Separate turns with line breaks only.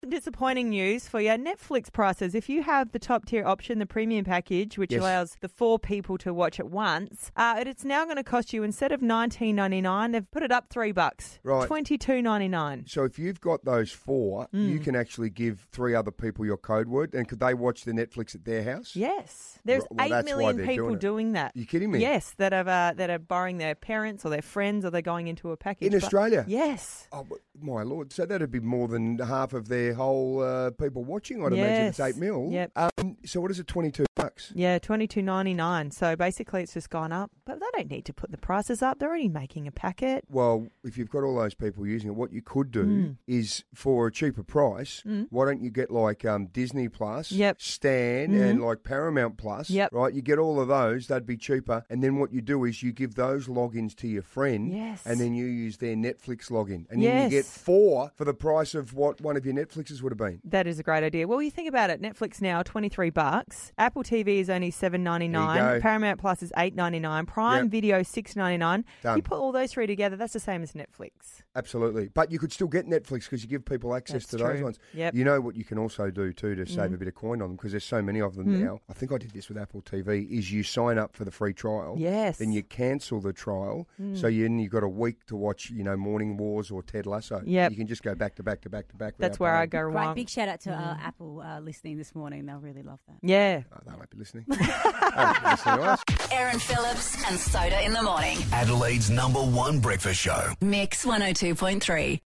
some disappointing news for you. Netflix prices. If you have the top tier option, the premium package, which
Yes.
allows the four people to watch at once, uh, it's now going to cost you instead of nineteen ninety nine, they've put it up three bucks.
Right.
Twenty two ninety nine.
So if you've got those four,
Hmm.
you can actually give three other people your code word, and could they watch the Netflix at their house?
Yes, there's
Right, well,
eight
that's why
million
they're
people
doing
doing,
it.
that.
You kidding me?
Yes, that have uh, that are borrowing their parents or their friends, or they're going into a package
In
But-
Australia?
Yes,
Oh but- my lord! So that'd be more than half of their whole uh, people watching. I'd imagine it's
Yes.
eight mil.
Yep.
Um, so what is it? Twenty two bucks.
yeah, twenty two ninety nine. So basically, it's just gone up, but they don't need to put the prices up. They're already making a packet.
Well, if you've got all those people using it, what you could do
Hmm.
is for a cheaper price, why don't you get like um, Disney Plus,
Yep. Mm-hmm.
Stan, and like Paramount Plus,
Yep.
right? You get all of those, that'd be cheaper. And then what you do is you give those logins to your friend,
Yes.
and then you use their Netflix login. And then you
Yes.
get four for the price of what one of your Netflixes would have been.
That is a great idea. Well, you think about it. Netflix now twenty three bucks. Apple TV is only seven ninety
There you
nine.
go.
Paramount Plus is eight ninety nine. Prime
Yep.
Video six ninety nine.
Done.
You put all those three together, that's the same as Netflix.
Absolutely. But you could still get Netflix because you give people access
That's
to those
true.
ones.
Yep. Mm.
You know what you can also do too to save a bit of coin on them because there's so many of
Mm-hmm.
them now. I think I did this with Apple TV is you sign up for the free trial.
Yes. Mm.
Then you cancel the trial. So you, then you've got a week to watch, you know, Morning Wars or Ted Lasso.
Yep.
You can just go back to back to back to back.
That's
without
where I
paying.
go
Great.
wrong.
Big shout out to uh, Apple uh, listening this morning. They'll really love that.
yeah.
Oh, they won't be listening. They won't be listening to us.
Aaron Phillips and Soda in the morning. oh
Adelaide's number one breakfast show.
Mix 102.3.